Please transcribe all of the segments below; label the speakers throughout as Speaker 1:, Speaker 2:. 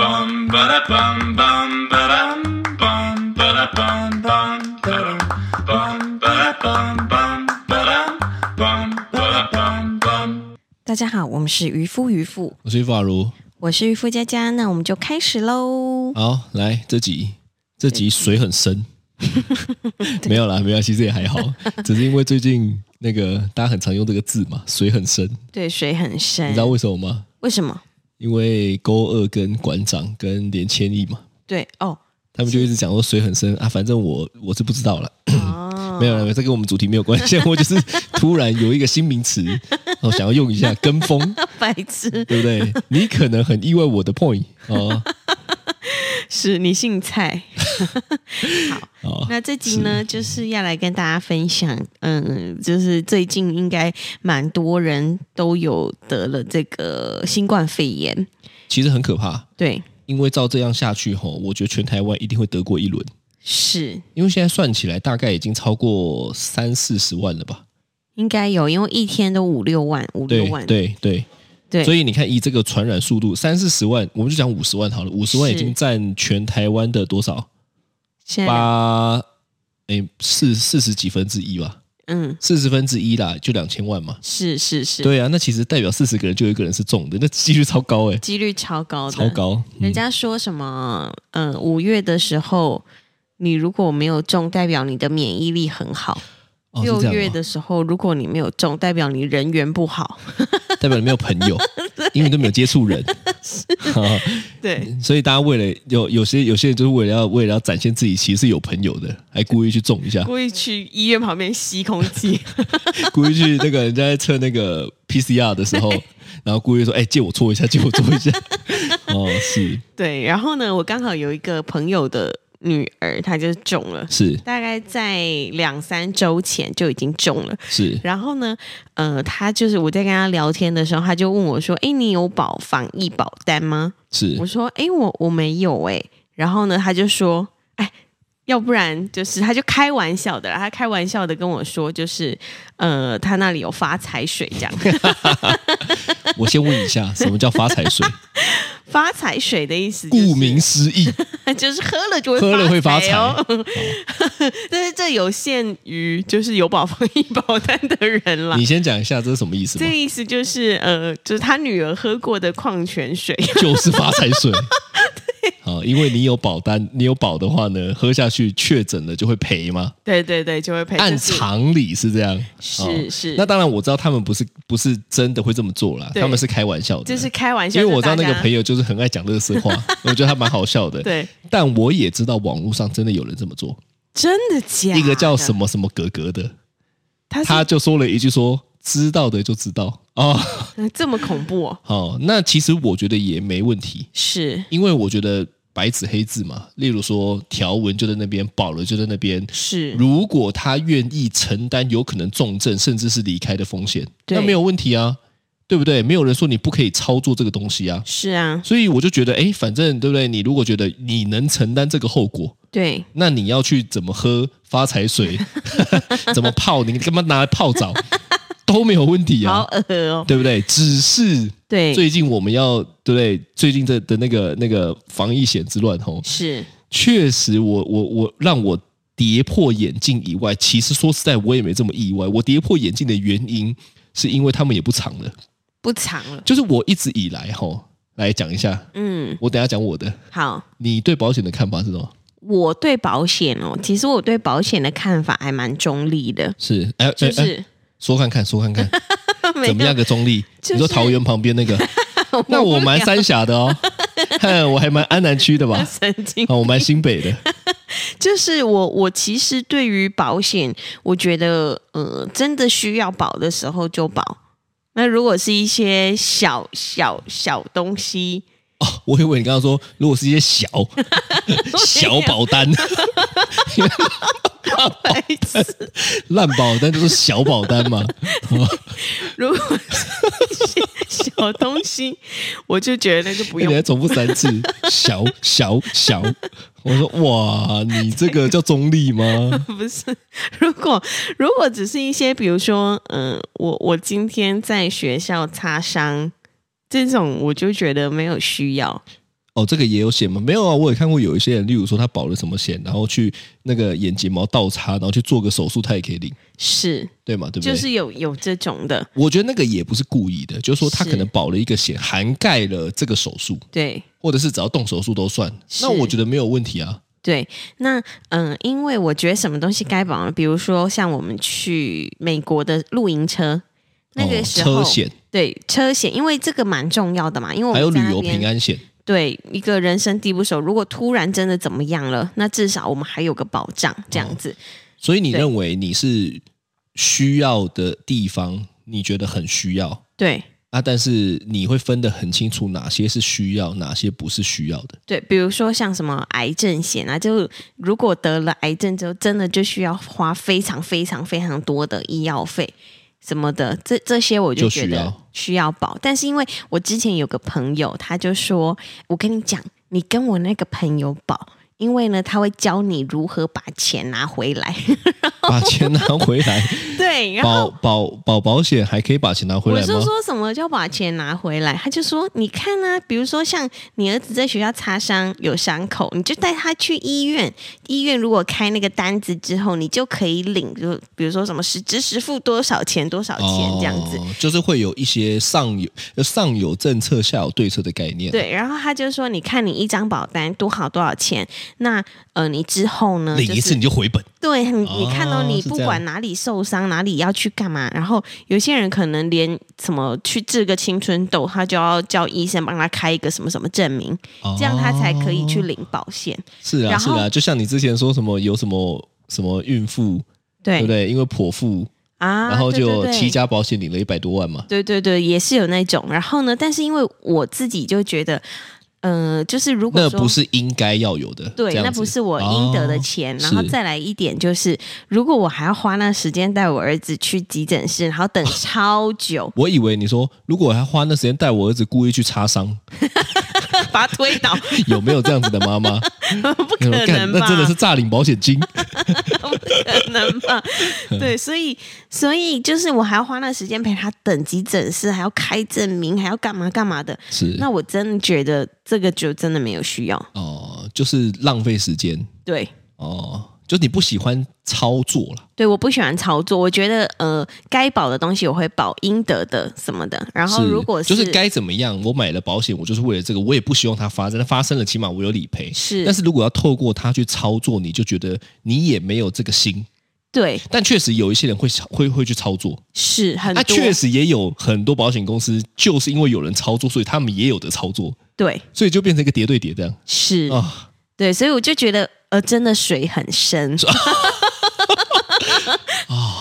Speaker 1: bum ba da bum bum ba dum bum ba da bum bum ba dum bum ba da bum bum ba dum bum ba da bum bum.
Speaker 2: 大家好，我们是渔夫渔妇，
Speaker 3: 我是法如。
Speaker 2: 我是渔夫佳佳，那我们就开始喽。
Speaker 3: 好，来这集，这集水很深， 没有啦，没关系，这 也还好，只是因为最近那个大家很常用这个字嘛，水很深，
Speaker 2: 对，水很深，
Speaker 3: 你知道为什么吗？
Speaker 2: 为什么？
Speaker 3: 因为勾二跟馆长跟连千亿嘛，
Speaker 2: 对 哦，
Speaker 3: 他们就一直讲说水很深啊，反正我我是不知道了。
Speaker 2: 哦，
Speaker 3: 没有了，没有这跟我们主题没有关 系。我就是突然有一个新名词，哦，想要用一下跟风，
Speaker 2: 白痴，
Speaker 3: 对不对？你可能很意外我的 point 哦，
Speaker 2: 是你姓蔡。
Speaker 3: 哦，
Speaker 2: 那这集呢，就是要来跟大家分享，嗯，就是最近应该蛮多人都有得了这个新冠肺炎，
Speaker 3: 其实很可怕，
Speaker 2: 对，
Speaker 3: 因为照这样下去吼，我觉得全台湾一定会得过一轮，
Speaker 2: 是
Speaker 3: 因为现在算起来大概已经超过三四十万了吧？
Speaker 2: 应该有，因为一天都五六万，五六
Speaker 3: 对
Speaker 2: 万，
Speaker 3: 对对，
Speaker 2: 对
Speaker 3: 所以你看以这个传染速度，三四十万，我们就讲五十万好了，五十万已
Speaker 2: 是嗯
Speaker 3: 经占全台湾的多少？
Speaker 2: 现在
Speaker 3: 八哎四四十几分之一吧，
Speaker 2: 嗯，
Speaker 3: 四十分之一啦，就两千万嘛。
Speaker 2: 是是是，
Speaker 3: 对啊，那其实代表四十个人就有一个人是中的，那几率超高哎、
Speaker 2: 几率超高的，
Speaker 3: 超高。
Speaker 2: 人家说什么？嗯，五月的时候，你如果没有中，代表你的免疫力很好；
Speaker 3: 哦，是
Speaker 2: 六
Speaker 3: 这样
Speaker 2: 月
Speaker 3: 吗
Speaker 2: 的时候，如果你没有中，代表你人缘不 好。
Speaker 3: 代表你没有朋 友，因为你都没有接触人。 哦
Speaker 2: 对，
Speaker 3: 所以大家为了有有些有些人就是为了要为了要展现自己其实是有朋友的，还故意去中 一下，
Speaker 2: 故意去医院旁边吸空气。
Speaker 3: 故意去那个人家在测那个 PCR 的时 候，然后故意说：“哎、借我搓一下，借我搓一下。” 哦，是
Speaker 2: 对，然后呢，我刚好有一个朋友的女儿，她就中了，
Speaker 3: 是
Speaker 2: 大概在两三周前就已经中了。
Speaker 3: 是，
Speaker 2: 然后呢，呃，她就是我在跟她聊天的时候，她就问我说：“哎，你有保防疫保单吗？”
Speaker 3: 是
Speaker 2: 我说：“诶，我我没有诶。然后呢，他就说：“哎，要不然就是他就开玩笑的啦，他开玩笑的跟我说，就是呃，他那里有发财水这 样。
Speaker 3: 我先问 一下，什么叫发财水？
Speaker 2: 发财水的意思、就是，
Speaker 3: 顾名思义，
Speaker 2: 就是喝了就会
Speaker 3: 喝了会发财。哦
Speaker 2: 哦。 但是这有限于就是有 保防疫保单的人啦
Speaker 3: 你。先讲一下这是什么意思
Speaker 2: 这
Speaker 3: 吗
Speaker 2: 个？意思就是呃，就是他女儿喝过的矿泉水。”
Speaker 3: 就是发财水。好，因为你有保单，你有保的话呢，喝下去确诊了就会赔嘛。
Speaker 2: 对对对，就会赔。
Speaker 3: 按
Speaker 2: 就是
Speaker 3: 常理是这样，
Speaker 2: 是
Speaker 3: 哦
Speaker 2: 是
Speaker 3: 那当然我知道他们不是不是真的会这么做啦，
Speaker 2: 对
Speaker 3: 他们是开玩笑的，
Speaker 2: 就是开玩笑，
Speaker 3: 因为我知道那个朋
Speaker 2: 友
Speaker 3: 友就是很爱讲乐色 话，我觉得他蛮好笑的。，
Speaker 2: 对，
Speaker 3: 但我也知道网络上真的有人这么做，
Speaker 2: 真的假的？
Speaker 3: 一个叫什么什么格格的，
Speaker 2: 他
Speaker 3: 他
Speaker 2: 是
Speaker 3: 就说了一句说知道的就知道哦。
Speaker 2: 嗯这么恐怖、哦？
Speaker 3: 好，那其实我觉得也没问题，
Speaker 2: 是
Speaker 3: 因为我觉得白纸黑字嘛，例如说条文就在那边，保了就在那边。
Speaker 2: 是，
Speaker 3: 如果他愿意承担有可能重症甚至是离开的风险，
Speaker 2: 对
Speaker 3: 那没有问题啊，对不对？没有人说你不可以操作这个东西啊。
Speaker 2: 是啊，
Speaker 3: 所以我就觉得，哎，反正对不对？你如果觉得你能承担这个后果，
Speaker 2: 对，
Speaker 3: 那你要去怎么喝发财水， 怎么泡，你干嘛拿来泡澡 都没有问题
Speaker 2: 好
Speaker 3: 啊，
Speaker 2: 恶哦，
Speaker 3: 对不对？只是
Speaker 2: 对，
Speaker 3: 最近我们要对不对？最近这的那个那个防疫险之乱吼，
Speaker 2: 是
Speaker 3: 确实我我我让我跌破眼镜以外，其实说实在我也没这么意外。我跌破眼镜的原因是因为他们也不长了，
Speaker 2: 不长了，
Speaker 3: 就是我一直以来吼，来讲一下，
Speaker 2: 嗯，
Speaker 3: 我等一下讲我的。
Speaker 2: 好。
Speaker 3: 你对保险的看法是什么？
Speaker 2: 我对保险哦，其实我对保险的看法还蛮中立的，
Speaker 3: 是哎
Speaker 2: 就
Speaker 3: 哎哎，
Speaker 2: 是、
Speaker 3: 说看看说看看
Speaker 2: 没
Speaker 3: 怎么样个中立？
Speaker 2: 就是，
Speaker 3: 你说桃园旁边那个，那我蛮三峡的哦，哼，我还蛮安南区的 吧
Speaker 2: 神经，
Speaker 3: 啊，我蛮新北的，
Speaker 2: 就是我我其实对于保险，我觉得呃，真的需要保的时候就保。那如果是一些小小小东 西，
Speaker 3: 哦，我以为你刚刚说，如果是一 些小小保单、
Speaker 2: 白痴
Speaker 3: 烂保单，就是小保单嘛。
Speaker 2: 如果是一些小东西，我就觉得那就 不
Speaker 3: 你
Speaker 2: 用
Speaker 3: 还重复三次，小小小。我说哇，你这个叫中 立吗？
Speaker 2: 不是，如果如果只是一些，比如说，嗯、我我今天在学校擦伤这种，我就觉得没有需要。
Speaker 3: 哦，这个也有险吗？没有啊，我也看过有一些人，例如说他保了什么险，然后去那个眼睫毛倒插，然后去做个手术，他也可以领，
Speaker 2: 是，
Speaker 3: 对吗？对不对？
Speaker 2: 就是有有这种的，
Speaker 3: 我觉得那个也不是故意的，就是说他
Speaker 2: 是
Speaker 3: 可能保了一个险，涵盖了这个手术，
Speaker 2: 对
Speaker 3: 或者是只要动手术都算。那我觉得没有问题啊。
Speaker 2: 对。那嗯、呃因为我觉得什么东西该保呢？比如说像我们去美国的露营车，那个
Speaker 3: 哦
Speaker 2: 时候、
Speaker 3: 车险，
Speaker 2: 对车险，因为这个蛮重要的嘛，因为我
Speaker 3: 还
Speaker 2: 们
Speaker 3: 有旅
Speaker 2: 在那
Speaker 3: 游
Speaker 2: 边
Speaker 3: 平安险，
Speaker 2: 对一个人生地不熟，如果突然真的怎么样了，那至少我们还有个保障，这样子。
Speaker 3: 哦所以你
Speaker 2: 对
Speaker 3: 认为你是需要的地方，你觉得很需要
Speaker 2: 对
Speaker 3: 啊，但是你会分得很清楚哪些是需要，哪些不是需 要的。
Speaker 2: 对，比如说像什么癌症险啊，就如果得了癌症之后，真的就需要花非常非常非常多的医药费什么的，这这些我就
Speaker 3: 就
Speaker 2: 觉
Speaker 3: 需
Speaker 2: 得
Speaker 3: 要
Speaker 2: 需要保。但是因为我之前有个朋友，他就说，我跟你讲，你跟我那个朋友保。因为呢，他会教你如何把钱拿回 来。
Speaker 3: 把钱拿回来，
Speaker 2: 对，然后
Speaker 3: 保保保保险还可以把钱拿回
Speaker 2: 我
Speaker 3: 来吗
Speaker 2: 是？说什么叫把钱拿回来？他就说，你看啊，比如说像你儿子在学校擦伤有伤口，你就带他去医院，医院如果开那个单子之后，你就可以领，就比如说什么实支实付多少钱多少钱这样子。
Speaker 3: 哦，就是会有一些上有上有政策，下有对策的概念。
Speaker 2: 对，然后他就说：“你看你一张保单多好多少钱？那呃，你之后呢？
Speaker 3: 领
Speaker 2: 就
Speaker 3: 一次
Speaker 2: 是
Speaker 3: 你就回本，
Speaker 2: 对，你
Speaker 3: 哦
Speaker 2: 你看到、你
Speaker 3: 是
Speaker 2: 不
Speaker 3: 这样
Speaker 2: 管哪里受伤，哪里要去干嘛，然后有些人可能连什么去治个青春痘，他就要叫医生帮他开一个什么什么证明，这样他才可以去
Speaker 3: 哦。
Speaker 2: 领保险。
Speaker 3: 是啊，
Speaker 2: 然
Speaker 3: 是
Speaker 2: 后
Speaker 3: 啊，就像你之前说什么有什么什么孕妇，
Speaker 2: 对
Speaker 3: 对不对？因为剖腹，
Speaker 2: 啊，
Speaker 3: 然后
Speaker 2: 对
Speaker 3: 就
Speaker 2: 对
Speaker 3: 七
Speaker 2: 对
Speaker 3: 家保险领了一百多万嘛。
Speaker 2: 对对对，也是有那种。然后呢，但是因为我自己就觉得，呃，就是如果
Speaker 3: 那
Speaker 2: 说
Speaker 3: 不是应该要有的，
Speaker 2: 对
Speaker 3: 这，样
Speaker 2: 那
Speaker 3: 子
Speaker 2: 不是我应得的
Speaker 3: 哦
Speaker 2: 钱。
Speaker 3: 是
Speaker 2: 然后再来一点就是，如果我还要花那时间带我儿子去急诊室，然后等超久，
Speaker 3: 我以为你说，如果我还花那时间带我儿子故意去 擦伤，
Speaker 2: 把他推倒，
Speaker 3: 有没有这样子的妈妈？
Speaker 2: 不可
Speaker 3: 你说干
Speaker 2: 能吧？
Speaker 3: 嗯 那真的是诈领保险金。
Speaker 2: 可能 吧？对，所以所以就是我还要花那时间陪他等急诊室，还要开证明，还要干嘛干嘛的。
Speaker 3: 是
Speaker 2: 那我真的觉得这个就真的没有需要。
Speaker 3: 哦，就是浪费时间
Speaker 2: 对
Speaker 3: 哦，就是你不喜欢操作了。
Speaker 2: 对，我不喜欢操作，我觉得呃，该保的东西我会保，应得的什么的。然后如果
Speaker 3: 就是该怎么样，我买了保险，我就是为了这个，我也不希望它发生，它发生了起码我有理赔。
Speaker 2: 是
Speaker 3: 但是如果要透过它去操作，你就觉得你也没有这个心。
Speaker 2: 对
Speaker 3: 但确实有一些人会会会去操作，
Speaker 2: 是很
Speaker 3: 那、
Speaker 2: 多、
Speaker 3: 啊确实也有很多保险公司就是因为有人操作，所以他们也有的操作，
Speaker 2: 对
Speaker 3: 所以就变成一个叠对叠这样
Speaker 2: 是、
Speaker 3: 啊。
Speaker 2: 对，所以我就觉得呃，真的水很 深。对
Speaker 3: 哦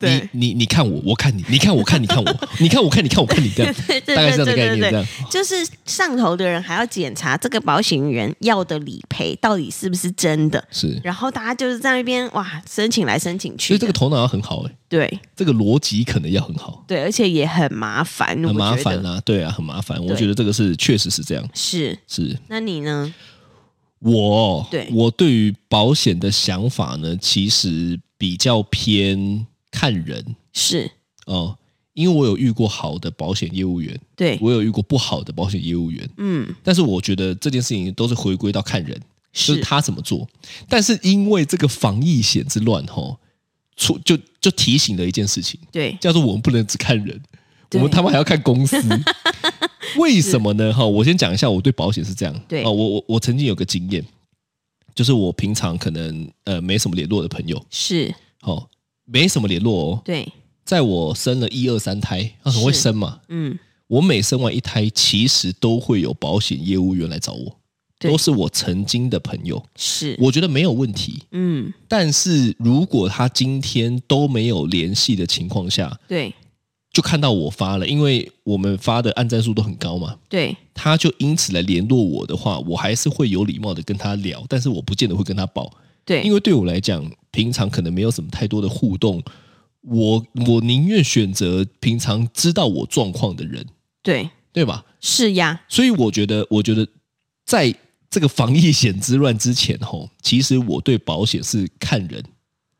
Speaker 3: 你你你看我，我看你，你看我看你看我，你看我看你看我看你这样，
Speaker 2: 对对
Speaker 3: 大概是这
Speaker 2: 对
Speaker 3: 样的
Speaker 2: 对对对
Speaker 3: 概念这样。
Speaker 2: 就是上头的人还要检查这个保险员要的理赔到底是不是真的，
Speaker 3: 是，
Speaker 2: 然后大家就是在那边哇申请来申请
Speaker 3: 所
Speaker 2: 去
Speaker 3: 以
Speaker 2: 的，
Speaker 3: 这个头脑要很好哎、
Speaker 2: 对
Speaker 3: 这个逻辑可能要很好。
Speaker 2: 对，而且也很麻烦，
Speaker 3: 很
Speaker 2: 嗯
Speaker 3: 麻
Speaker 2: 我觉
Speaker 3: 烦
Speaker 2: 得
Speaker 3: 啊，对啊，很麻烦。我
Speaker 2: 对
Speaker 3: 觉得这个是确实是这样。
Speaker 2: 是，
Speaker 3: 是
Speaker 2: 那你呢？
Speaker 3: 我
Speaker 2: 对
Speaker 3: 我对于保险的想法呢，其实比较偏看人
Speaker 2: 是
Speaker 3: 哦、因为我有遇过好的保险业务员，
Speaker 2: 对，
Speaker 3: 我有遇过不好的保险业务员，
Speaker 2: 嗯，
Speaker 3: 但是我觉得这件事情都是回归到看人，就是是他怎么做。但是因为这个防疫险之乱吼，出就就提醒了一件事情，
Speaker 2: 对
Speaker 3: 叫做我们不能只看人，我
Speaker 2: 对
Speaker 3: 们他妈还要看公 司。为什么呢？哈，我先讲一下我对保险是这样。
Speaker 2: 对
Speaker 3: 哦，我我我曾经有个经验，就是我平常可能呃没什么联络的朋友，
Speaker 2: 是，
Speaker 3: 哦，没什么联络哦。
Speaker 2: 对，
Speaker 3: 在我生了一二三胎，啊很会
Speaker 2: 是
Speaker 3: 生嘛。
Speaker 2: 嗯，
Speaker 3: 我每生完一胎，其实都会有保险业务员来找我，
Speaker 2: 对
Speaker 3: 都是我曾经的朋友，
Speaker 2: 是，
Speaker 3: 我觉得没有问题。
Speaker 2: 嗯，
Speaker 3: 但是如果他今天都没有联系的情况下，
Speaker 2: 对
Speaker 3: 就看到我发了，因为我们发的按赞数都很高嘛，
Speaker 2: 对
Speaker 3: 他就因此来联络我的话，我还是会有礼貌的跟他聊，但是我不见得会跟他报，
Speaker 2: 对，
Speaker 3: 因
Speaker 2: 为
Speaker 3: 为对我来讲，平常可能没有什么太多的互动，我我宁愿选择平常知道我状况的人，
Speaker 2: 对
Speaker 3: 对吧？
Speaker 2: 是呀，
Speaker 3: 所以我觉得，我觉得在这个防疫险之乱之前，吼，其实我对保险是看人。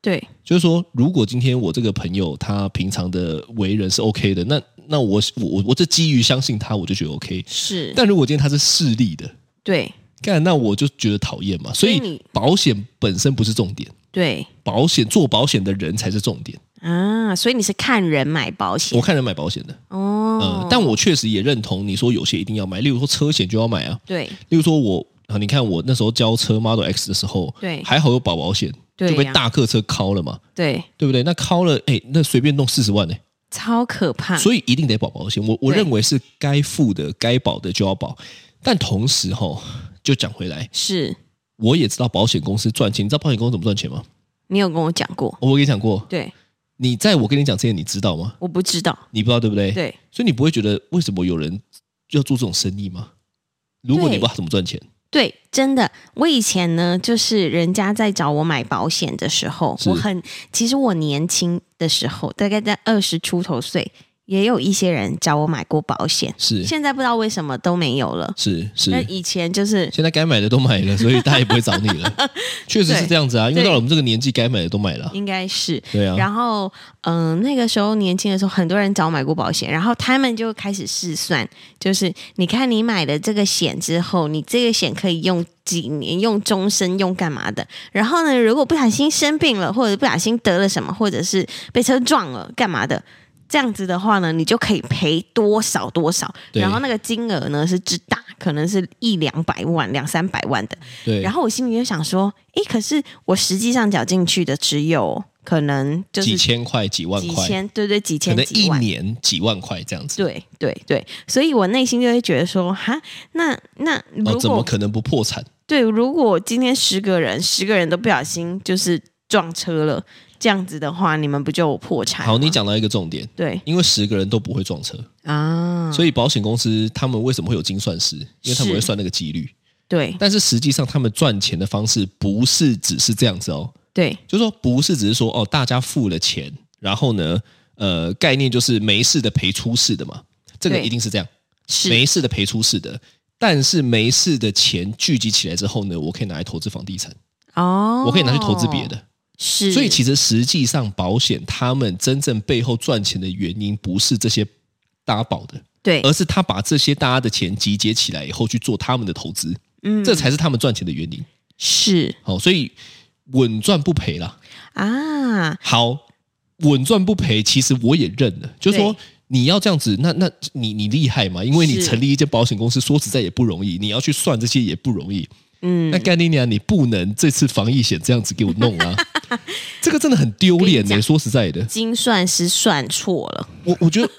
Speaker 2: 对
Speaker 3: 就是说，如果今天我这个朋友他平常的为人是 OK 的，那那我我我我这基于相信他，我就觉得 OK。
Speaker 2: 是，
Speaker 3: 但如果今天他是势利的，
Speaker 2: 对
Speaker 3: 干，那我就觉得讨厌嘛。所
Speaker 2: 以
Speaker 3: 以
Speaker 2: 你
Speaker 3: 保险本身不是重点，
Speaker 2: 对
Speaker 3: 保险做保险的人才是重点。
Speaker 2: 啊，所以你是看人买保险
Speaker 3: 我看人买保险的，
Speaker 2: 哦、
Speaker 3: 呃，但我确实也认同你说有些一定要买，例如说车险就要买啊。
Speaker 2: 对
Speaker 3: 例如说我啊，你看我那时候交车 Model X 的时候，
Speaker 2: 对
Speaker 3: 还好有保保险，
Speaker 2: 对
Speaker 3: 就被
Speaker 2: 呀
Speaker 3: 大客车敲了嘛，
Speaker 2: 对，
Speaker 3: 对不对？那敲了，哎，那随便弄四十万呢、
Speaker 2: 超可怕，
Speaker 3: 所以一定得保保险。我我
Speaker 2: 啊对
Speaker 3: 认为是该付的、该保的就要保，但同时哈、就讲回来，
Speaker 2: 是
Speaker 3: 我也知道保险公司赚钱，你知道保险公司怎么赚钱吗？
Speaker 2: 你有跟我讲过，
Speaker 3: 我跟你讲过，
Speaker 2: 对，
Speaker 3: 你在我跟你讲之前，你知道吗？
Speaker 2: 我不知道，
Speaker 3: 你不知道对不对？，
Speaker 2: 对
Speaker 3: 所以你不会觉得为什么有人要做这种生意吗？如果你
Speaker 2: 对
Speaker 3: 不知道怎么赚钱，
Speaker 2: 对，真的，我以前呢，就是人家在找我买保险的时候，
Speaker 3: 是
Speaker 2: 我很，其实我年轻的时候，大概在二十出头岁，也有一些人找我买过保险，
Speaker 3: 是
Speaker 2: 现在不知道为什么都没有了。
Speaker 3: 是是
Speaker 2: 那，以前就是
Speaker 3: 现在该买的都买了，所以大家也不会找你 了。确实是这样子啊，因为
Speaker 2: 对
Speaker 3: 到了我们这个年纪，该买的都买了啊。
Speaker 2: 应该是，
Speaker 3: 对啊，
Speaker 2: 然后，嗯、那个时候年轻的时候，很多人找我买过保险，然后他们就开始试算，就是你看你买了这个险之后，你这个险可以用几年、用终身、用干嘛的。然后呢，如果不小心生病了，或者不小心得了什么，或者是被车撞了，干嘛的？这样子的话呢，你就可以赔多少多少，
Speaker 3: 对
Speaker 2: 然后那个金额呢是之大，可能是一两百万、两三百万的。
Speaker 3: 对，
Speaker 2: 然后我心里就想说，诶，可是我实际上缴进去的只有可能就是
Speaker 3: 几千块、几万
Speaker 2: 几
Speaker 3: 块，
Speaker 2: 千，对对，几
Speaker 3: 可
Speaker 2: 千
Speaker 3: 能
Speaker 2: 几
Speaker 3: 一
Speaker 2: 万。
Speaker 3: 年几万块这样子。
Speaker 2: 对对对，所以我内心就会觉得说，哈，那那如
Speaker 3: 哦，怎
Speaker 2: 果、
Speaker 3: 么可能不破产？
Speaker 2: 对，如果今天十个人，十个人都不小心就是撞车了，这样子的话，你们不就破产吗？
Speaker 3: 好，你讲到一个重点，
Speaker 2: 对
Speaker 3: 因为十个人都不会撞车，
Speaker 2: 啊，
Speaker 3: 所以保险公司他们为什么会有精算师？因为他们
Speaker 2: 是
Speaker 3: 会算那个几率。
Speaker 2: 对
Speaker 3: 但是实际上，他们赚钱的方式不是只是这样子哦，
Speaker 2: 对
Speaker 3: 就说不是只是说哦，大家付了钱，然后呢，呃，概念就是没事的赔出事的嘛，这个
Speaker 2: 对
Speaker 3: 一定是这样，
Speaker 2: 是
Speaker 3: 没事的赔出事的。但是没事的钱聚集起来之后呢，我可以拿来投资房地产，
Speaker 2: 哦，
Speaker 3: 我可以拿去投资别，的。
Speaker 2: 是，
Speaker 3: 所以其实实际上，保险他们真正背后赚钱的原因不是这些搭保的，
Speaker 2: 对
Speaker 3: 而是他把这些大家的钱集结起来以后去做他们的投资，
Speaker 2: 嗯
Speaker 3: 这才是他们赚钱的原因。
Speaker 2: 是
Speaker 3: 好、所以稳赚不赔啦。
Speaker 2: 啊，
Speaker 3: 好，稳赚不赔，其实我也认了，就是说
Speaker 2: 对
Speaker 3: 你要这样子，那那你你厉害嘛？因为你
Speaker 2: 是
Speaker 3: 成立一间保险公司，说实在也不容易，你要去算这些也不容易。
Speaker 2: 嗯
Speaker 3: 那，干你娘，你不能这次防疫险这样子给我弄啊！ 这个真的很丢脸
Speaker 2: 跟你
Speaker 3: 呢、
Speaker 2: 讲
Speaker 3: 说实在的，
Speaker 2: 精算师算错了，
Speaker 3: 我我觉得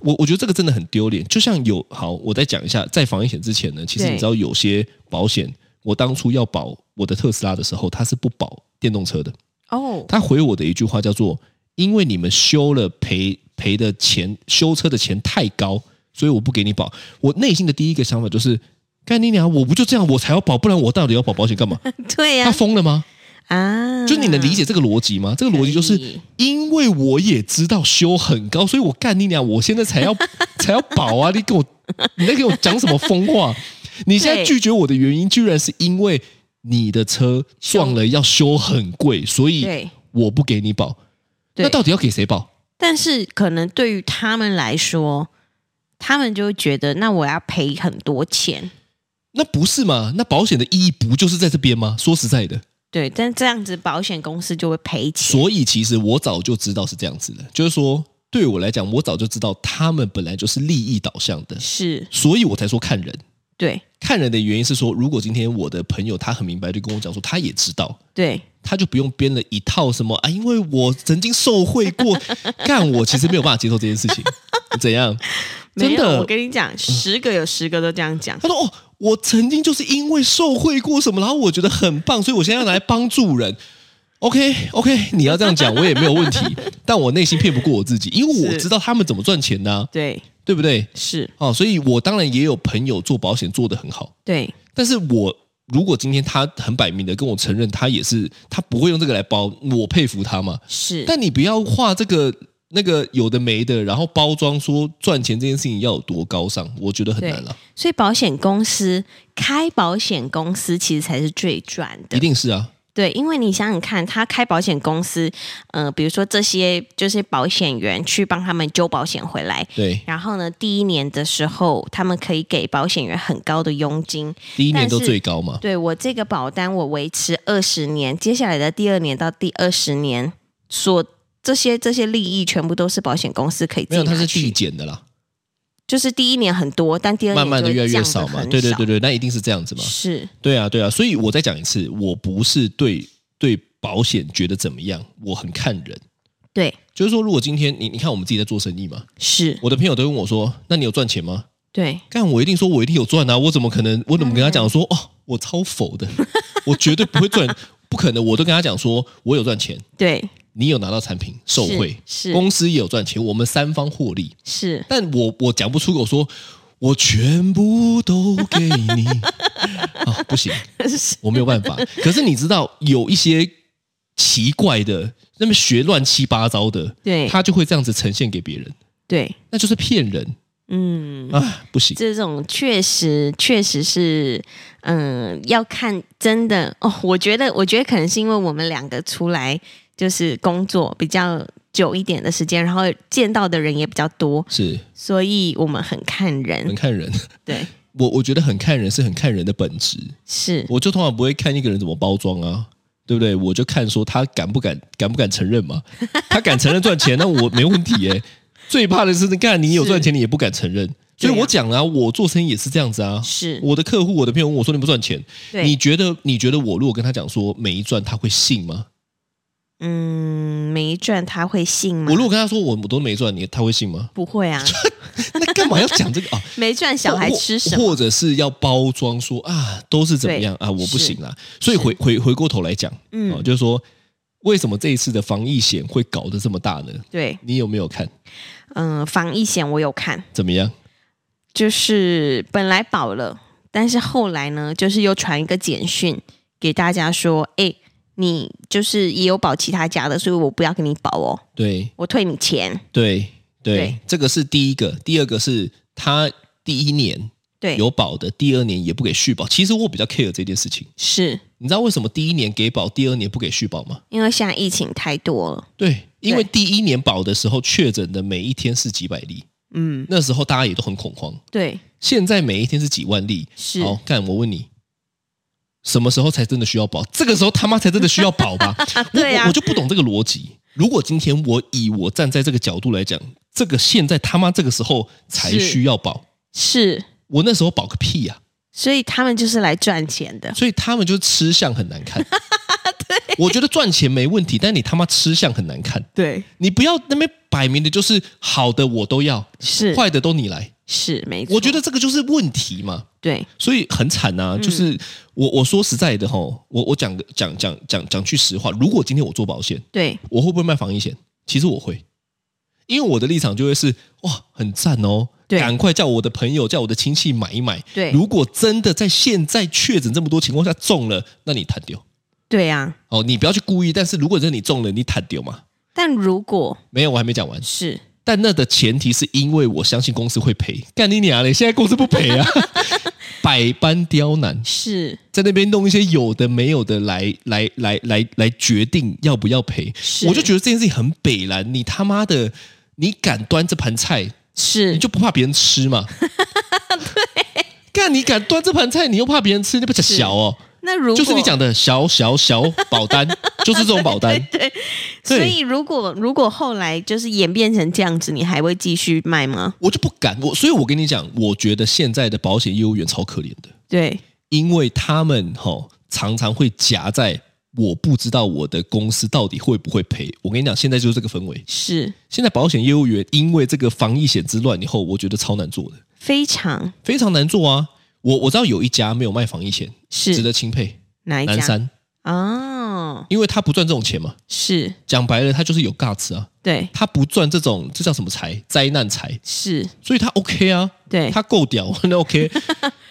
Speaker 3: 我我觉得这个真的很丢脸。就像有好，我再讲一下，在防疫险之前呢，其实
Speaker 2: 对
Speaker 3: 你知道有些保险，我当初要保我的特斯拉的时候，它是不保电动车的。
Speaker 2: 哦，
Speaker 3: 他回我的一句话叫做：“因为你们修了赔赔的钱，修车的钱太高，所以我不给你保。”我内心的第一个想法就是：干你娘！我不就这样，我才要保，不然我到底要保保险干嘛？
Speaker 2: 对呀
Speaker 3: 他、疯了吗？
Speaker 2: 啊，
Speaker 3: 就你能理解这个逻辑吗？这个逻辑就
Speaker 2: 可以
Speaker 3: 是因为我也知道修很高，所以我干你娘！我现在才要 才要保啊！你给我，你在给我讲什么疯话？你现在
Speaker 2: 对
Speaker 3: 拒绝我的原因，居然是因为你的车撞了要修很贵，所以
Speaker 2: 对
Speaker 3: 我不给你保。
Speaker 2: 对
Speaker 3: 那到底要给谁保？
Speaker 2: 但是可能对于他们来说，他们就会觉得，那我要赔很多钱。
Speaker 3: 那不是嘛？那保险的意义不就是在这边吗？说实在的，
Speaker 2: 对，但这样子保险公司就会赔钱。
Speaker 3: 所以其实我早就知道是这样子的，就是说对我来讲，我早就知道他们本来就是利益导向的，
Speaker 2: 是，
Speaker 3: 所以我才说看人。
Speaker 2: 对，
Speaker 3: 看人的原因是说，如果今天我的朋友他很明白，就跟我讲说，他也知道，
Speaker 2: 对，
Speaker 3: 他就不用编了一套什么啊，因为我曾经受贿过， 干我其实没有办法接受这件事情，怎样？
Speaker 2: 没
Speaker 3: 真
Speaker 2: 有。我
Speaker 3: 的，
Speaker 2: 跟你讲，十个有十个都这样讲。
Speaker 3: 他说哦，我曾经就是因为受贿过什么，然后我觉得很棒，所以我现在要拿来帮助人。OK OK，你要这样讲我也没有问 题，但我内心骗不过我自己，因为我
Speaker 2: 是
Speaker 3: 知道他们怎么赚钱的啊、
Speaker 2: 对，
Speaker 3: 对不对？
Speaker 2: 是，
Speaker 3: 哦，所以我当然也有朋友做保险做得很好，
Speaker 2: 对，
Speaker 3: 但是我如果今天他很摆明的跟我承认，他也是他不会用这个来包，我佩服他嘛。
Speaker 2: 是，
Speaker 3: 但你不要画这个那个有的没的，然后包装说赚钱这件事情要有多高尚，我觉得很难了。啊
Speaker 2: 所以保险公司开保险公司其实才是最赚的
Speaker 3: 一。定是啊，
Speaker 2: 对，因为你想想看，他开保险公司，呃，比如说这些就是保险员去帮他们揪保险回来，
Speaker 3: 对，
Speaker 2: 然后呢，第一年的时候，他们可以给保险员很高的佣金。
Speaker 3: 第一年都
Speaker 2: 但是
Speaker 3: 最高嘛，
Speaker 2: 对我这个保单，我维持二十年，接下来的第二年到第二十年，所这些这些利益全部都是保险公司可以自
Speaker 3: 没有，
Speaker 2: 己
Speaker 3: 它
Speaker 2: 拿
Speaker 3: 是递
Speaker 2: 去。
Speaker 3: 减的啦，
Speaker 2: 就是第一年很多，但第二年
Speaker 3: 慢慢的
Speaker 2: 就会
Speaker 3: 越来越
Speaker 2: 降得
Speaker 3: 少嘛，
Speaker 2: 很
Speaker 3: 对对
Speaker 2: 少
Speaker 3: 对，对，那一定是这样子嘛，
Speaker 2: 是
Speaker 3: 对啊对啊，所以我再讲一次，我不是对对保险觉得怎么样，我很看人，
Speaker 2: 对
Speaker 3: 就是说，如果今天你你看我们自己在做生意嘛，
Speaker 2: 是，
Speaker 3: 我的朋友都问我说，那你有赚钱吗？
Speaker 2: 对
Speaker 3: 干，我一定说，我一定有赚啊！我怎么可能？我怎么跟他讲说，哦，我超否的，我绝对不会赚， 不可能！我都跟他讲说，我有赚钱，
Speaker 2: 对
Speaker 3: 你有拿到产品受贿，
Speaker 2: 是
Speaker 3: 公司也有赚钱，我们三方获利。
Speaker 2: 是
Speaker 3: 但我我讲不出口说，我全部都给你 啊，不行，
Speaker 2: 是
Speaker 3: 我没有办法。可是你知道，有一些奇怪的，那么学乱七八糟的，
Speaker 2: 对
Speaker 3: 他就会这样子呈现给别人，
Speaker 2: 对，
Speaker 3: 那就是骗人
Speaker 2: 嗯，
Speaker 3: 啊，不行。
Speaker 2: 这种确实确实是，嗯，要看真的哦。我觉得，我觉得可能是因为我们两个出来就是工作比较久一点的时间，然后见到的人也比较多，
Speaker 3: 是
Speaker 2: 所以我们很看
Speaker 3: 很
Speaker 2: 人。
Speaker 3: 看人，
Speaker 2: 对，
Speaker 3: 我我觉得很看人是很看人的本质，
Speaker 2: 是
Speaker 3: 我就通常不会看一个人怎么包装啊，对不对？我就看说他敢不敢敢不敢承认嘛，他敢承认赚钱，那 我没问题耶、最怕的是，看你有赚钱，你也不敢承认。所以
Speaker 2: 对啊
Speaker 3: 我讲了、啊，我做生意也是这样子啊。
Speaker 2: 是，
Speaker 3: 我的客户，我的朋友问我说：“你不赚钱，
Speaker 2: 对，
Speaker 3: 你觉得你觉得我如果跟他讲说没赚，他会信吗？
Speaker 2: 嗯，没赚他会信吗
Speaker 3: 我？如果跟他说我我都没赚，你他会信吗？
Speaker 2: 不会 啊，
Speaker 3: 那干嘛要讲这个啊？
Speaker 2: 没赚小孩吃什
Speaker 3: 或
Speaker 2: 么？
Speaker 3: 或者是要包装说啊，都是怎么样
Speaker 2: 对
Speaker 3: 啊，我
Speaker 2: 是
Speaker 3: 不行啦。所以回回回过头来讲，
Speaker 2: 嗯
Speaker 3: 嗯、就是说为什么这一次的防疫险会搞得这么大呢？
Speaker 2: 对，
Speaker 3: 你有没有看？
Speaker 2: 嗯、防疫险我有看，
Speaker 3: 怎么样？
Speaker 2: 就是本来保了，但是后来呢，就是又传一个简讯给大家说，哎、你就是也有保其他家的，所以我不要给你保哦，
Speaker 3: 对
Speaker 2: 我退你钱。
Speaker 3: 对对
Speaker 2: 对
Speaker 3: 这个是第一个，第二个是他第一年
Speaker 2: 对，
Speaker 3: 有保的，第二年也不给续保。其实我比较 care 这件事情，
Speaker 2: 是
Speaker 3: 你知道为什么第一年给保，第二年不给续保吗？
Speaker 2: 因为现在疫情太多了，
Speaker 3: 对，因为第一年保的时候确诊的每一天是几百例，
Speaker 2: 嗯，
Speaker 3: 那时候大家也都很恐慌。
Speaker 2: 对，
Speaker 3: 现在每一天是几万例，
Speaker 2: 是
Speaker 3: 好，干我问你，什么时候才真的需要保？这个时候他妈才真的需要保 吧？我
Speaker 2: 对啊
Speaker 3: 我我就不懂这个逻辑。如果今天我以我站在这个角度来讲，这个现在他妈这个时候才
Speaker 2: 是
Speaker 3: 需要保，
Speaker 2: 是，
Speaker 3: 我那时候保个屁呀、
Speaker 2: 所以他们就是来赚钱的，
Speaker 3: 所以他们就是吃相很难 看。我觉得赚钱没问题，但你他妈吃相很难看。
Speaker 2: 对，
Speaker 3: 你不要那边摆明的就是好的我都要，
Speaker 2: 是
Speaker 3: 坏的都你来。
Speaker 2: 是没错，
Speaker 3: 我觉得这个就是问题嘛。
Speaker 2: 对
Speaker 3: 所以很惨呐、
Speaker 2: 嗯
Speaker 3: 就是我我说实在的吼，我我讲个讲讲讲讲句实话，如果今天我做保险，
Speaker 2: 对
Speaker 3: 我会不会卖防疫险？其实我会，因为我的立场就会是哇，很赞哦，
Speaker 2: 对
Speaker 3: 赶快叫我的朋友叫我的亲戚买一买。
Speaker 2: 对
Speaker 3: 如果真的在现在确诊这么多情况下中了，那你弹掉
Speaker 2: 对啊，
Speaker 3: 哦，你不要去故意。但是如果真的你中了，你弹掉嘛？
Speaker 2: 但如果
Speaker 3: 没有，我还没讲完。
Speaker 2: 是
Speaker 3: 但那的前提是因为我相信公司会赔，干你娘嘞！现在公司不赔 啊，百般刁难。
Speaker 2: 是
Speaker 3: 在那边弄一些有的没有的来来来来来决定要不要赔，
Speaker 2: 是，
Speaker 3: 我就觉得这件事情很北蓝，你他妈的，你敢端这盘菜，
Speaker 2: 是
Speaker 3: 你就不怕别人吃 嘛？对，干你敢端这盘菜，你又怕别人吃，你不是小哦？
Speaker 2: 那如果
Speaker 3: 就是你讲的小小小 保单，就是这种保单，对
Speaker 2: 所以如果如果后来就是演变成这样子，你还会继续卖吗？
Speaker 3: 我就不敢。我所以，我跟你讲，我觉得现在的保险业务员超可怜的，
Speaker 2: 对，
Speaker 3: 因为他们哈、吼常常会夹在。我不知道我的公司到底会不会赔。我跟你讲，现在就是这个氛围。
Speaker 2: 是
Speaker 3: 现在保险业务员因为这个防疫险之乱以后，我觉得超难做的，
Speaker 2: 非常
Speaker 3: 非常难做啊！我我知道有一家没有卖防疫险，值
Speaker 2: 是
Speaker 3: 得钦佩，
Speaker 2: 哪一
Speaker 3: 南
Speaker 2: 家？
Speaker 3: 山，
Speaker 2: 哦，
Speaker 3: 因为他不赚这种钱嘛。
Speaker 2: 是
Speaker 3: 讲白了，他就是有 guts 啊，
Speaker 2: 对，
Speaker 3: 他不赚这种这叫什么财？灾难财，
Speaker 2: 是
Speaker 3: 所以他 OK 啊，
Speaker 2: 对，
Speaker 3: 他够屌，那 OK。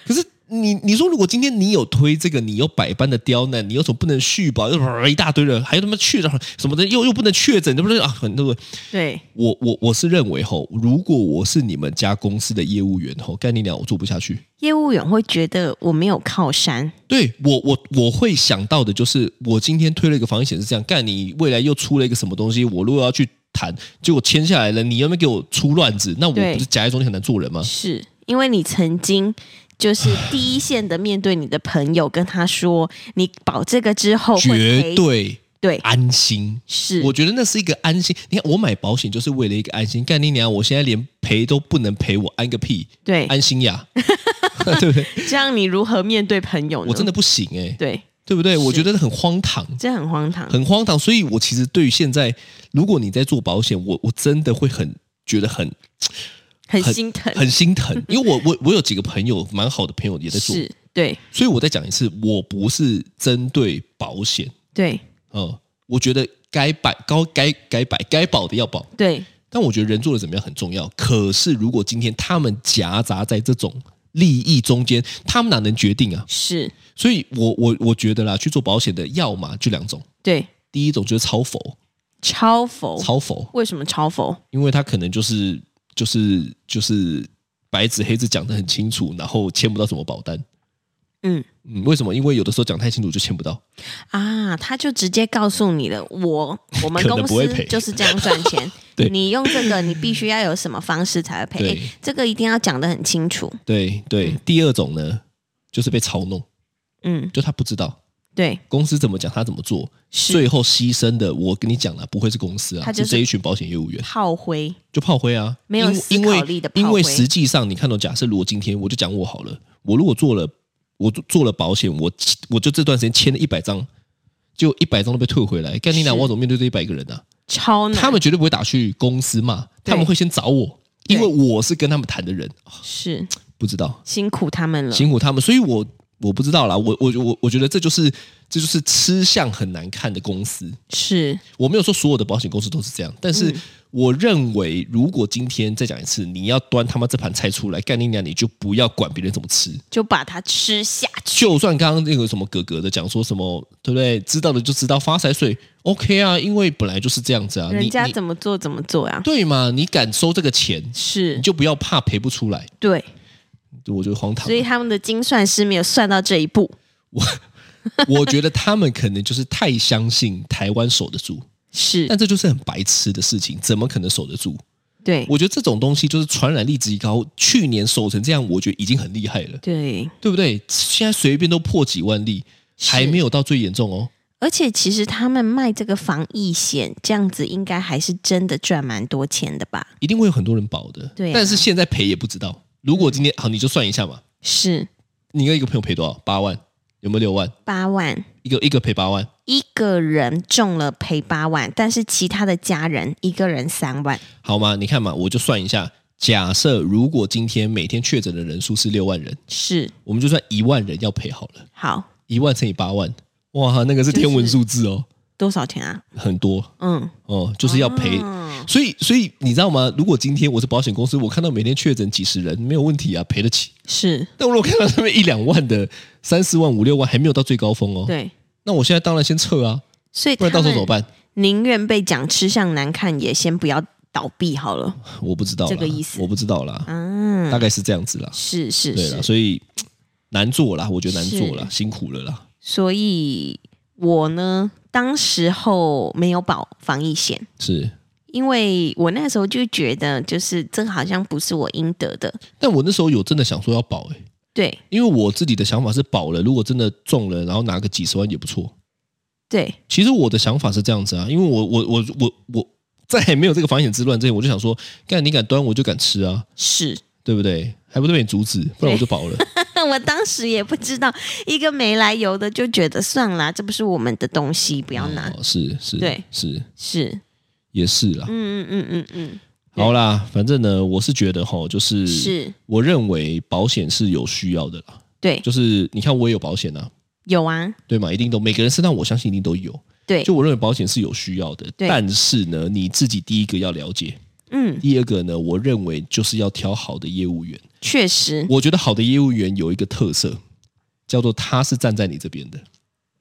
Speaker 3: 可是你你说，如果今天你有推这个，你有百般的刁难，你又总不能续保，又呃 一大堆人，还有他妈确诊什么的，又又不能确诊，对不对啊？很多
Speaker 2: 对，
Speaker 3: 我我我是认为吼，如果我是你们家公司的业务员吼，干你娘，我做不下去。
Speaker 2: 业务员会觉得我没有靠山，
Speaker 3: 对我我我会想到的就是，我今天推了一个防疫险是这样，干你未来又出了一个什么东西，我如果要去谈，结果签下来了，你要不要给我出乱子？那我
Speaker 2: 对
Speaker 3: 不是夹在中间很难做人吗？
Speaker 2: 是因为你曾经就是第一线的面对你的朋友，跟他说你保这个之后会
Speaker 3: 绝
Speaker 2: 赔
Speaker 3: 对
Speaker 2: 对
Speaker 3: 安心。
Speaker 2: 是
Speaker 3: 我觉得那是一个安心。你看，我买保险就是为了一个安心。干你娘！我现在连赔都不能赔，我安个屁！
Speaker 2: 对，
Speaker 3: 安 心呀，对不对？
Speaker 2: 这样你如何面对朋友呢？
Speaker 3: 我真的不行哎、
Speaker 2: 对，
Speaker 3: 对不对？我
Speaker 2: 是嗯
Speaker 3: 觉得很荒唐，
Speaker 2: 这很荒唐，
Speaker 3: 很荒唐。所以我其实对于现在，如果你在做保险，我我真的会很觉得很
Speaker 2: 很心疼，
Speaker 3: 很 心疼，因为我我我有几个朋友，蛮好的朋友也在做，
Speaker 2: 是，对
Speaker 3: 所以我再讲一次，我不是针对保险，
Speaker 2: 对
Speaker 3: 嗯，我觉得该摆高该该摆该保的要保，
Speaker 2: 对，
Speaker 3: 但我觉得人做的怎么样很重要。可是如果今天他们夹杂在这种利益中间，他们哪能决定啊？
Speaker 2: 是，
Speaker 3: 所以我我我觉得啦，去做保险的，要么就两种，
Speaker 2: 对，
Speaker 3: 第一种就是超否，
Speaker 2: 超否，
Speaker 3: 超否，
Speaker 2: 为什么超否？
Speaker 3: 因为他可能就是就是就是白纸黑字讲的很清楚，然后签不到什么保单。
Speaker 2: 嗯
Speaker 3: 嗯，为什么？因为有的时候讲太清楚就签不到。
Speaker 2: 啊，他就直接告诉你了，我我们
Speaker 3: 可能
Speaker 2: 公
Speaker 3: 不会
Speaker 2: 司
Speaker 3: 赔，
Speaker 2: 就是这样赚钱
Speaker 3: 对
Speaker 2: 你用这个，你必须要有什么方式才会赔，
Speaker 3: 对
Speaker 2: 诶这个一定要讲得很清楚，
Speaker 3: 对对，第二种呢，就是被操弄，
Speaker 2: 嗯，
Speaker 3: 就他不知道
Speaker 2: 对，
Speaker 3: 公司怎么讲，他怎么做，
Speaker 2: 是
Speaker 3: 最后牺牲的，我跟你讲了，不会是公司啊，
Speaker 2: 他就是
Speaker 3: 这一群保险业务员，
Speaker 2: 炮灰，
Speaker 3: 就炮灰啊，
Speaker 2: 没有
Speaker 3: 因
Speaker 2: 思
Speaker 3: 因
Speaker 2: 考
Speaker 3: 为
Speaker 2: 力的炮
Speaker 3: 因为
Speaker 2: 灰
Speaker 3: 实际上，你看到，哦假设如果今天我就讲我好了，我如果做了，我做做了保险，我我就这段时间签了一百张，就一百张都被退回来，干你俩，
Speaker 2: 是
Speaker 3: 我怎么面对这一百个人啊？
Speaker 2: 超难，
Speaker 3: 他们绝对不会打去公司骂，
Speaker 2: 对
Speaker 3: 他们会先找我，
Speaker 2: 对
Speaker 3: 因为我是跟他们谈的人，
Speaker 2: 是
Speaker 3: 不知道
Speaker 2: 辛苦他们了，
Speaker 3: 辛苦他们，所以我我不知道啦，我我我我觉得这就是这就是吃相很难看的公司，
Speaker 2: 是
Speaker 3: 我没有说所有的保险公司都是这样，
Speaker 2: 嗯
Speaker 3: 但是我认为，如果今天再讲一次，你要端他妈这盘菜出来，干你娘，你就不要管别人怎么吃。
Speaker 2: 就把它吃下去，
Speaker 3: 就算刚刚那个什么哥哥的讲说什么，对不对？知道的就知道发财税，OK 啊，因为本来就是这样子啊。你
Speaker 2: 人家
Speaker 3: 你
Speaker 2: 怎么做怎么做呀、啊，
Speaker 3: 对嘛？你敢收这个钱，
Speaker 2: 是
Speaker 3: 你就不要怕赔不出来。
Speaker 2: 对，
Speaker 3: 我觉得荒唐
Speaker 2: 所。以 他们的精算师没有算到这一步。
Speaker 3: 我觉得他们可能就是太相信台湾守得住，
Speaker 2: 是
Speaker 3: 但这就是很白痴的事情，怎么可能守得住？
Speaker 2: 对
Speaker 3: 我觉得这种东西就是传染力极高，去年守成这样，我觉得已经很厉害了，
Speaker 2: 对，
Speaker 3: 对不对？现在随便都破几万例，
Speaker 2: 是
Speaker 3: 还没有到最严重哦。
Speaker 2: 而且其实他们卖这个防疫险，这样子应该还是真的赚蛮多钱的吧？
Speaker 3: 一定会有很多人保的，
Speaker 2: 对啊
Speaker 3: 但是现在赔也不知道。如果今天、好，你就算一下嘛，
Speaker 2: 是
Speaker 3: 你跟一个朋友赔多少？八万，有没有六万？
Speaker 2: 八万
Speaker 3: 一个一个赔八万，
Speaker 2: 一个人中了赔八万，但是其他的家人一个人三万，
Speaker 3: 好吗？你看嘛，我就算一下。假设如果今天每天确诊的人数是六万人，
Speaker 2: 是
Speaker 3: 我们就算一万人要赔好了，
Speaker 2: 好
Speaker 3: 一万乘以八万，哇，那个是天文数字哦，
Speaker 2: 多少钱啊？
Speaker 3: 很多
Speaker 2: 嗯，
Speaker 3: 哦，就是要赔
Speaker 2: 哦
Speaker 3: 所以，所以你知道吗？如果今天我是保险公司，我看到每天确诊几十人，没有问题啊，赔得起。
Speaker 2: 是
Speaker 3: 但我如果看到上面一两万的、三四万、五六万，还没有到最高峰哦，
Speaker 2: 对，
Speaker 3: 那我现在当然先撤啊，
Speaker 2: 所以
Speaker 3: 不然
Speaker 2: 他
Speaker 3: 到时
Speaker 2: 们
Speaker 3: 候怎么办？
Speaker 2: 宁愿被讲吃相难看，也先不要倒闭好 了。
Speaker 3: 我不知道啦
Speaker 2: 这个意思
Speaker 3: 我不知道啦，
Speaker 2: 嗯
Speaker 3: 大，概是这样子啦。
Speaker 2: 是是
Speaker 3: 对啦，
Speaker 2: 是，
Speaker 3: 所以难做啦，我觉得难做啦，辛苦了啦。
Speaker 2: 所以我呢，当时候没有保防疫险。
Speaker 3: 是，
Speaker 2: 因为我那时候就觉得，就是这好像不是我应得的，
Speaker 3: 但我那时候有真的想说要保诶、
Speaker 2: 对
Speaker 3: 因为我自己的想法是保了，如果真的中了，然后拿个几十万也不错。
Speaker 2: 对
Speaker 3: 其实我的想法是这样子啊，因为我我我我我在没有这个防险之乱之前，我就想说，干你敢端我就敢吃啊，
Speaker 2: 是。
Speaker 3: 对不对？还不对被你阻止，不然我就保了。
Speaker 2: 但我当时也不知道，一个没来由的就觉得算啦，这不是我们的东西，不要拿。
Speaker 3: 哦，是是，
Speaker 2: 对
Speaker 3: 是
Speaker 2: 是，
Speaker 3: 也是啦。
Speaker 2: 嗯嗯嗯嗯嗯，对
Speaker 3: 好啦，反正呢，我是觉得哈，就是
Speaker 2: 是
Speaker 3: 我认为保险是有需要的啦。
Speaker 2: 对，
Speaker 3: 就是你看，我也有保险啊，
Speaker 2: 有啊，
Speaker 3: 对嘛，一定都每个人身上，我相信一定都有。
Speaker 2: 对
Speaker 3: 就，我认为保险是有需要的，
Speaker 2: 对
Speaker 3: 但是呢，你自己第一个要了解，
Speaker 2: 嗯
Speaker 3: 第二个呢，我认为就是要挑好的业务员。
Speaker 2: 确实，
Speaker 3: 我觉得好的业务员有一个特色，叫做他是站在你这边的，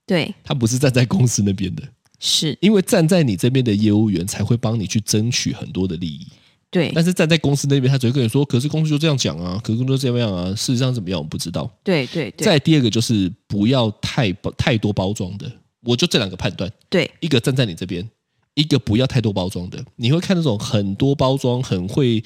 Speaker 2: 对，
Speaker 3: 他不是站在公司那边的，
Speaker 2: 是，
Speaker 3: 因为站在你这边的业务员才会帮你去争取很多的利益。
Speaker 2: 对，
Speaker 3: 但是站在公司那边，他只会跟你说：“可是公司就这样讲啊，可是公司就这样啊，事实上怎么样我们不知道。
Speaker 2: 对，对，”对，
Speaker 3: 再第二个就是不要太包太多包装的，我就这两个判断，
Speaker 2: 对，
Speaker 3: 一个站在你这边，一个不要太多包装的。你会看那种很多包装、很会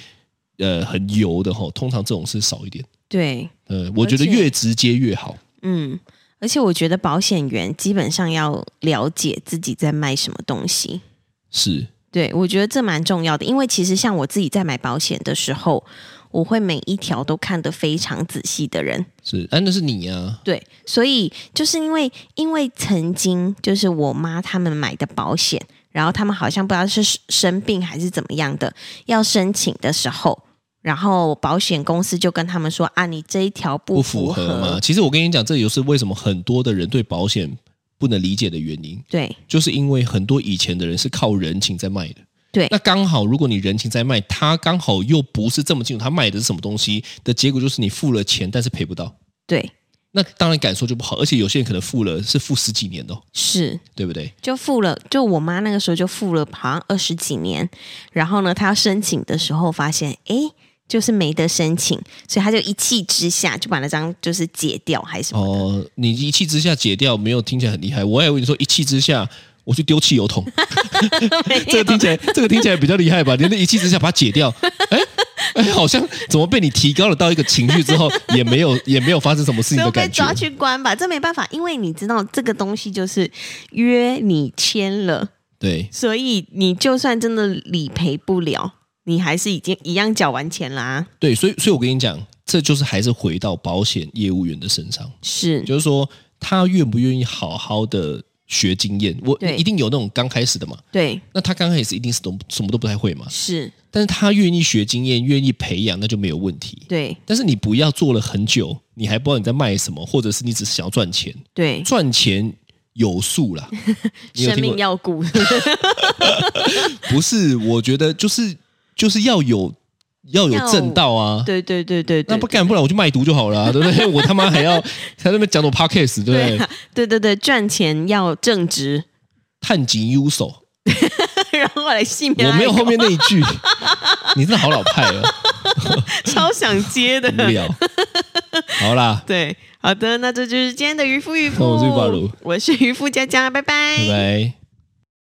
Speaker 3: 呃很油的吼，通常这种是少一点。
Speaker 2: 对，
Speaker 3: 呃，我觉得
Speaker 2: 而且
Speaker 3: 越直接越好。
Speaker 2: 嗯，而且我觉得保险员基本上要了解自己在卖什么东西。
Speaker 3: 是，
Speaker 2: 对，我觉得这蛮重要的，因为其实像我自己在买保险的时候，我会每一条都看得非常仔细的人。
Speaker 3: 是，啊，那是你啊，
Speaker 2: 对，所以就是因为因为曾经就是我妈他们买的保险，然后他们好像不知道是生病还是怎么样的，要申请的时候，然后保险公司就跟他们说啊，你这一条不
Speaker 3: 不
Speaker 2: 符
Speaker 3: 符
Speaker 2: 合，
Speaker 3: 合嘛。其实我跟你讲，这也是为什么很多的人对保险不能理解的原因，
Speaker 2: 对
Speaker 3: 就是因为很多以前的人是靠人情在卖的。
Speaker 2: 对
Speaker 3: 那刚好，如果你人情在卖，他刚好又不是这么清楚他卖的是什么东西的结果，就是你付了钱，但是赔不到。
Speaker 2: 对
Speaker 3: 那当然感受就不好，而且有些人可能付了是付十几年的、哦，
Speaker 2: 是。
Speaker 3: 对不对？
Speaker 2: 就付了，就我妈那个时候就付了，好像二十几年。然后呢，她要申请的时候发现，诶，就是没得申请，所以她就一气之下就把那张就是解掉还是什么的。
Speaker 3: 哦，你一气之下解掉，没有听起来很厉害。我还以为你说一气之下我去丢汽油桶， 这个听起来这个听起来比较厉害吧？你那一气之下把它解掉，哎哎，好像怎么被你提高了到一个情 绪之后，也没有也没有发生什么事情
Speaker 2: 所以
Speaker 3: 的
Speaker 2: 我被
Speaker 3: 感觉
Speaker 2: 抓。去关吧，这没办法，因为你知道这个东西就是约你签了，
Speaker 3: 对，
Speaker 2: 所以你就算真的理赔不了，你还是已经一样缴完钱啦、
Speaker 3: 对，所以所以我跟你讲，这就是还是回到保险业务员的身上，
Speaker 2: 是，
Speaker 3: 就是说他愿不愿意好好的学经验。我
Speaker 2: 对
Speaker 3: 一定有那种刚开始的嘛，
Speaker 2: 对，
Speaker 3: 那他刚开始一定是都什么都不太会嘛，
Speaker 2: 是，
Speaker 3: 但是他愿意学经验，愿意培养，那就没有问题。
Speaker 2: 对，
Speaker 3: 但是你不要做了很久，你还不知道你在卖什么，或者是你只是想要赚钱，
Speaker 2: 对，
Speaker 3: 赚钱有数 啦。你有
Speaker 2: 生
Speaker 3: 听
Speaker 2: 命
Speaker 3: 过？
Speaker 2: 要顾，
Speaker 3: 不是，我觉得就是就是要有要有
Speaker 2: 要
Speaker 3: 正道啊。
Speaker 2: 对对对对对
Speaker 3: 那不干，不然我去卖毒就好 了啊、对不对？我他妈还要在那边讲我 podcast，对不
Speaker 2: 对
Speaker 3: 对？
Speaker 2: 啊对对对，赚钱要正直，
Speaker 3: 探井优手，
Speaker 2: 然后来戏名，
Speaker 3: 我没有后面那一 句，你真的好老派哦，
Speaker 2: 超想接的
Speaker 3: 无。聊。好啦，
Speaker 2: 对，好的，那这就是今天的渔夫渔夫，
Speaker 3: 哦我是渔夫
Speaker 2: 我是渔夫佳佳，拜拜
Speaker 3: 拜拜。